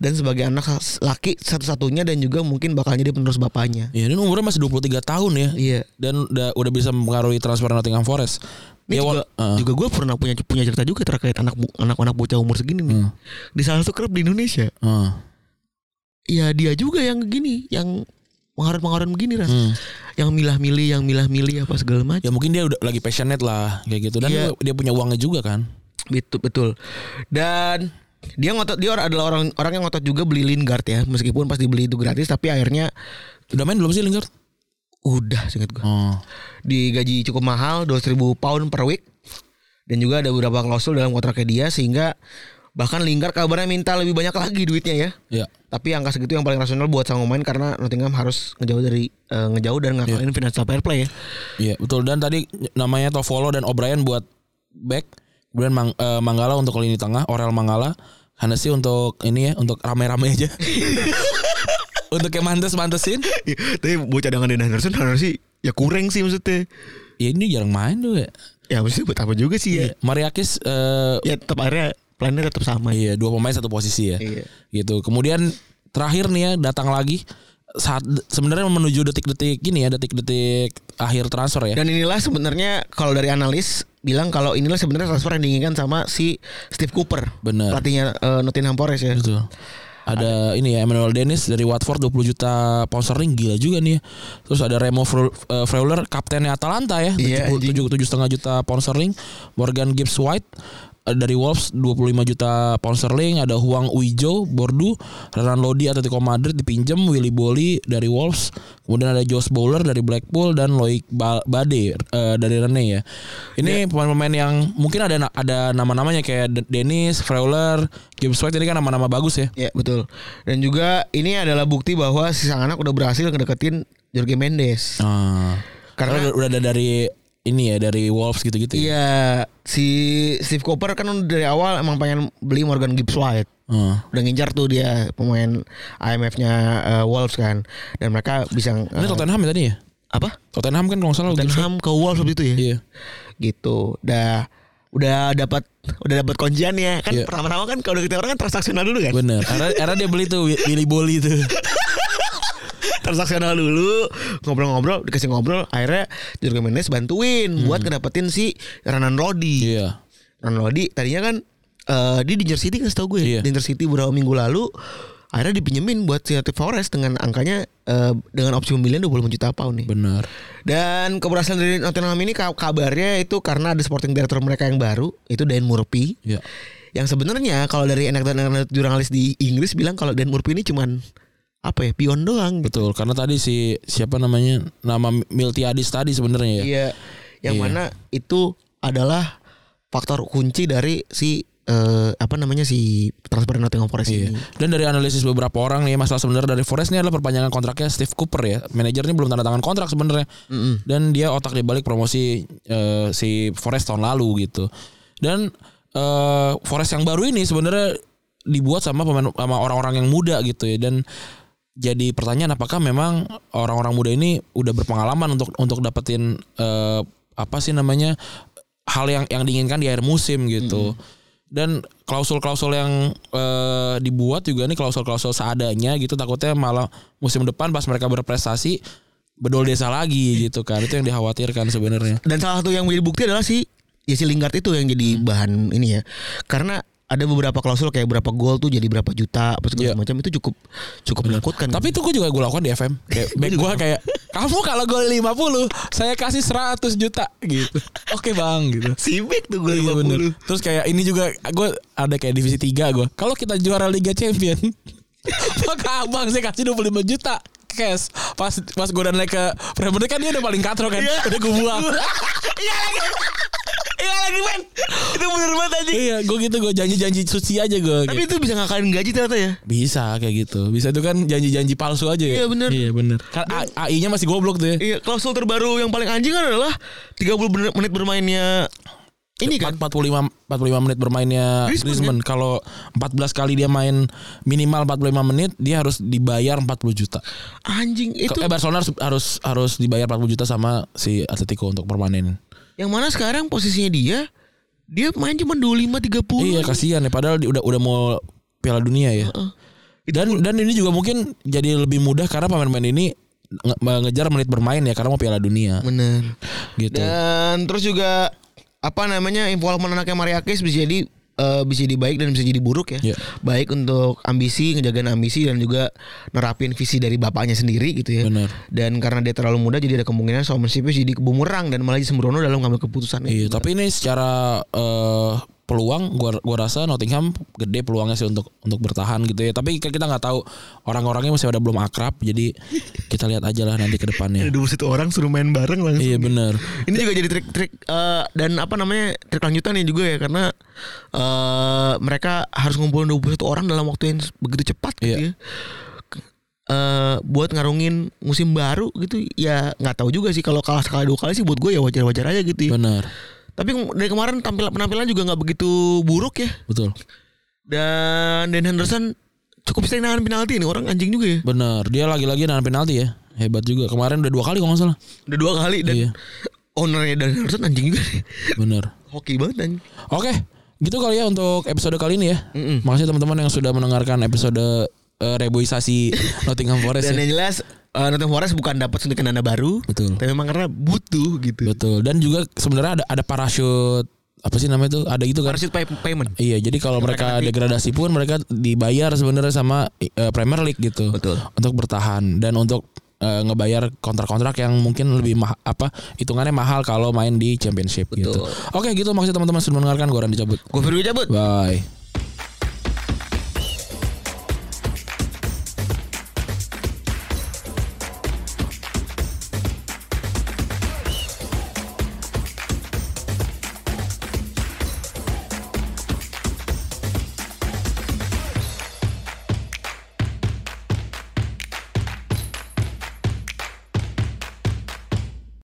C: dan sebagai anak s- laki satu-satunya dan juga mungkin bakal jadi penerus bapaknya.
B: Iya, dan umurnya masih 23 tahun ya.
C: Iya.
B: Dan udah udah bisa mempengaruhi transfer Nottingham Forest.
C: Ini
B: Dia ah,
C: juga,
B: wal- Heeh.
C: juga gue pernah punya punya cerita juga terkait anak bu- anak-anak bocah umur segini nih.
B: Ah.
C: Di salah satu klub di Indonesia,
B: Heeh.
C: ya dia juga yang gini, yang mengharap-mengharap begini ras.
B: Hmm.
C: Yang milah-milih, yang milah-milih apa segala macam.
B: Ya mungkin dia udah lagi passionate lah kayak gitu dan
C: Iya.
B: dia, dia punya uangnya juga kan.
C: Betul betul. Dan dia ngotot dia adalah orang orang yang ngotot juga beli Lingard ya meskipun pas dibeli itu gratis tapi akhirnya
B: Udah main belum sih Lingard?
C: udah singkat gue
B: Oh.
C: digaji cukup mahal 200.000 pound per week dan juga ada beberapa klausul dalam kontraknya dia sehingga bahkan Lingard kabarnya minta lebih banyak lagi duitnya ya
B: Ya.
C: tapi angka segitu yang paling rasional buat sang pemain karena Nottingham harus ngejauh dari eh, ngejauh dan ngakalin financial fair play ya
B: Iya, betul. Dan tadi namanya Tovolo dan O'Brien buat back, kemudian kemudian Mang- eh, Manggala untuk lini tengah, Orel Manggala, Hannesi untuk ini ya, untuk rame-rame aja. untuk yang mantes-mantesin.
C: Iya, Tapi buat cadangan Dan Henderson harusnya sih ya kurang sih maksudnya.
B: Ya ini jarang main tuh ya.
C: Ya maksudnya buat apa juga sih ya?
B: Mariakis eh,
C: Ya tetap akhirnya plannya tetap sama.
B: Iya, dua pemain satu posisi ya.
C: Iya.
B: Gitu. Kemudian terakhir nih ya datang lagi saat sebenarnya menuju detik-detik ini ya, detik-detik akhir transfer ya.
C: Dan inilah sebenarnya kalau dari analis bilang kalau inilah sebenarnya transfer yang diinginkan sama si Steve Cooper.
B: Bener.
C: Pelatihnya eh, Nottingham Forest ya.
B: Betul. Ada ini ya Emmanuel Dennis dari Watford 20 juta pound sterling gila juga nih. ya. Terus ada Remo Fre- eh, Freuler kaptennya Atalanta ya
C: Iya,
B: 7 tujuh setengah juta pound sterling. Morgan Gibbs White eh, dari Wolves 25 juta pound sterling ada Huang Uijo Bordu Renan Lodi Atletico Madrid dipinjam Willy Boli dari Wolves kemudian ada Josh Bowler dari Blackpool dan Loic Ba- Bade eh, dari Rene ya ini pemain-pemain yang mungkin ada na- ada nama-namanya kayak De- Dennis Freuler Gibbs White ini kan nama-nama bagus ya
C: Ya betul. Dan juga ini adalah bukti bahwa si sang anak udah berhasil ngedeketin Jorge Mendes.
B: Ah. Karena
C: Karena-
B: udah, udah ada dari ini ya dari Wolves gitu-gitu. ya.
C: Iya, si Steve Cooper kan dari awal emang pengen beli Morgan Gibbs White.
B: Ah.
C: Udah ngincar tuh dia pemain IMF-nya eh, Wolves kan. Dan mereka bisa
B: Ini
C: eh,
B: Tottenham ya tadi ya?
C: apa?
B: Tottenham kan kalau nggak salah Gibbs
C: Tottenham ke Wolves waktu itu ya.
B: White. Iya.
C: Gitu. Dah udah dapat udah dapat kunciannya kan
B: Iya.
C: pertama-tama kan kalau kita orang kan transaksional dulu kan
B: Bener. Era, era dia beli tuh Wi- Willy Boli tuh.
C: transaksional dulu ngobrol-ngobrol dikasih ngobrol akhirnya Jorge Mendes bantuin buat ngedapetin si Renan Lodi
B: Hmm. iya.
C: Renan Lodi tadinya kan eh dia di Jersey City kan setahu gue
B: Iya.
C: di Jersey City beberapa minggu lalu akhirnya dipinjemin buat si Atletico Forest dengan angkanya eh, dengan opsi pembelian 25 juta pound nih
B: Bener.
C: dan keberhasilan dari Nottingham ini ka- kabarnya itu karena ada sporting director mereka yang baru itu Dan Murphy
B: Iya.
C: yang sebenarnya kalau dari enak dan jurnalis di Inggris bilang kalau Dan Murphy ini cuman apa ya pion doang gitu.
B: Betul. Karena tadi si siapa namanya nama Miltiadis tadi sebenarnya ya.
C: Iya. Yang
B: Iya.
C: mana itu adalah faktor kunci dari si eh, apa namanya si transfer Nottingham Forest
B: Iya.
C: ini.
B: Dan dari analisis beberapa orang nih masalah sebenarnya dari Forest ini adalah perpanjangan kontraknya Steve Cooper ya. Manajernya belum tanda tangan kontrak sebenarnya. Dan dia otak di balik promosi eh, si Forest tahun lalu gitu. Dan eh, Forest yang baru ini sebenarnya dibuat sama pemain sama orang-orang yang muda gitu ya dan jadi pertanyaan apakah memang orang-orang muda ini udah berpengalaman untuk untuk dapetin eh, apa sih namanya hal yang yang diinginkan di akhir musim gitu. Dan klausul-klausul yang eh, dibuat juga nih klausul-klausul seadanya gitu takutnya malah musim depan pas mereka berprestasi bedol desa lagi gitu kan. Itu yang dikhawatirkan sebenarnya.
C: Dan salah satu yang menjadi bukti adalah si ya si Lingard itu yang
B: Hmm.
C: jadi bahan ini ya. Karena ada beberapa klausul kayak berapa gol tuh jadi berapa juta apa
B: Iya.
C: segala macam itu cukup cukup menakutkan.
B: Tapi itu gue juga gue lakukan di FM. Kayak back gue kayak kamu kalau gol 50 saya kasih 100 juta gitu. Oke bang gitu.
C: si Beck tuh gol
B: Iya
C: 50.
B: bener. Terus kayak ini juga gue ada kayak divisi 3 gue. Kalau kita juara Liga Champion, maka abang saya kasih 25 juta cash. Pas pas gue udah naik ke Premier League kan dia udah paling katro kan.
C: Iya.
B: Udah gue buang.
C: Iya lagi. Iya lagi men. Itu bener banget aja.
B: iya, gue gitu gue janji-janji suci aja gue.
C: Tapi itu bisa ngakalin gaji ternyata ya.
B: Bisa kayak gitu. Bisa itu kan janji-janji palsu aja ya.
C: Iya, bener.
B: Iya bener. Kan AI-nya masih goblok tuh ya.
C: Iya, klausul terbaru yang paling anjing kan adalah 30 bener- menit bermainnya ini kan.
B: 45 45 menit bermainnya
C: Griezmann, ya?
B: Griezmann. Kalau 14 kali dia main minimal 45 menit, dia harus dibayar 40 juta.
C: Anjing itu
B: Ke- eh, Barcelona harus, harus harus dibayar 40 juta sama si Atletico untuk permanen.
C: yang mana sekarang posisinya dia dia main cuma 25 30.
B: Iya kasihan ya padahal di- udah udah mau Piala Dunia ya. Dan dan ini juga mungkin jadi lebih mudah karena pemain-pemain ini nge- ngejar menit bermain ya karena mau Piala Dunia
C: Bener.
B: gitu.
C: Dan terus juga apa namanya involvement anaknya Mariakis bisa jadi eh, bisa jadi baik dan bisa jadi buruk ya.
B: Iya.
C: Baik untuk ambisi, ngejagain ambisi dan juga nerapin visi dari bapaknya sendiri gitu ya.
B: Bener.
C: Dan karena dia terlalu muda jadi ada kemungkinan Somersetnya jadi bumerang dan malah jadi sembrono dalam ngambil keputusan.
B: Iya, tapi ini secara eh, peluang gua gua rasa Nottingham gede peluangnya sih untuk untuk bertahan gitu ya. Tapi kan kita nggak tahu orang-orangnya masih ada belum akrab. Jadi kita lihat aja lah nanti ke depannya.
C: dua satu orang suruh main bareng langsung.
B: iya bener
C: Ini juga jadi trik-trik eh, dan apa namanya trik lanjutan ya juga ya karena eh mereka harus ngumpulin 21 orang dalam waktu yang begitu cepat gitu
B: Iya.
C: ya. Ke- eh, buat ngarungin musim baru gitu ya nggak tahu juga sih kalau kalah sekali dua kali sih buat gue ya wajar-wajar aja gitu ya.
B: bener
C: Tapi ke- dari kemarin tampilan penampilan juga nggak begitu buruk ya.
B: Betul.
C: Dan Dan Henderson cukup sering nahan penalti ini orang anjing juga ya.
B: Bener. Dia lagi-lagi nahan penalti ya. Hebat juga. Kemarin udah dua kali kalau nggak salah.
C: Udah dua kali dan
B: Iya.
C: ownernya Dan Henderson anjing juga. nih.
B: Bener.
C: Hoki banget anjing.
B: Oke, gitu kali ya untuk episode kali ini ya.
C: Mm-mm.
B: Makasih teman-teman yang sudah mendengarkan episode eh, reboisasi Nottingham Forest
C: Dan
B: ya.
C: yang jelas eh, Nottingham Forest bukan dapat suntikan dana baru,
B: Betul.
C: tapi memang karena butuh gitu.
B: Betul. Dan juga sebenarnya ada ada parasut apa sih namanya itu? Ada itu kan?
C: Harus pay payment.
B: Iya, jadi kalau mereka
C: Mereka nanti-
B: degradasi pun mereka dibayar sebenarnya sama eh, Premier League gitu.
C: Betul.
B: Untuk bertahan dan untuk eh, ngebayar kontrak-kontrak yang mungkin lebih mah apa hitungannya mahal kalau main di Championship gitu.
C: Betul.
B: Oke, gitu maksudnya teman-teman sudah mendengarkan gua Randy cabut.
C: Gue Firgo cabut.
B: Bye.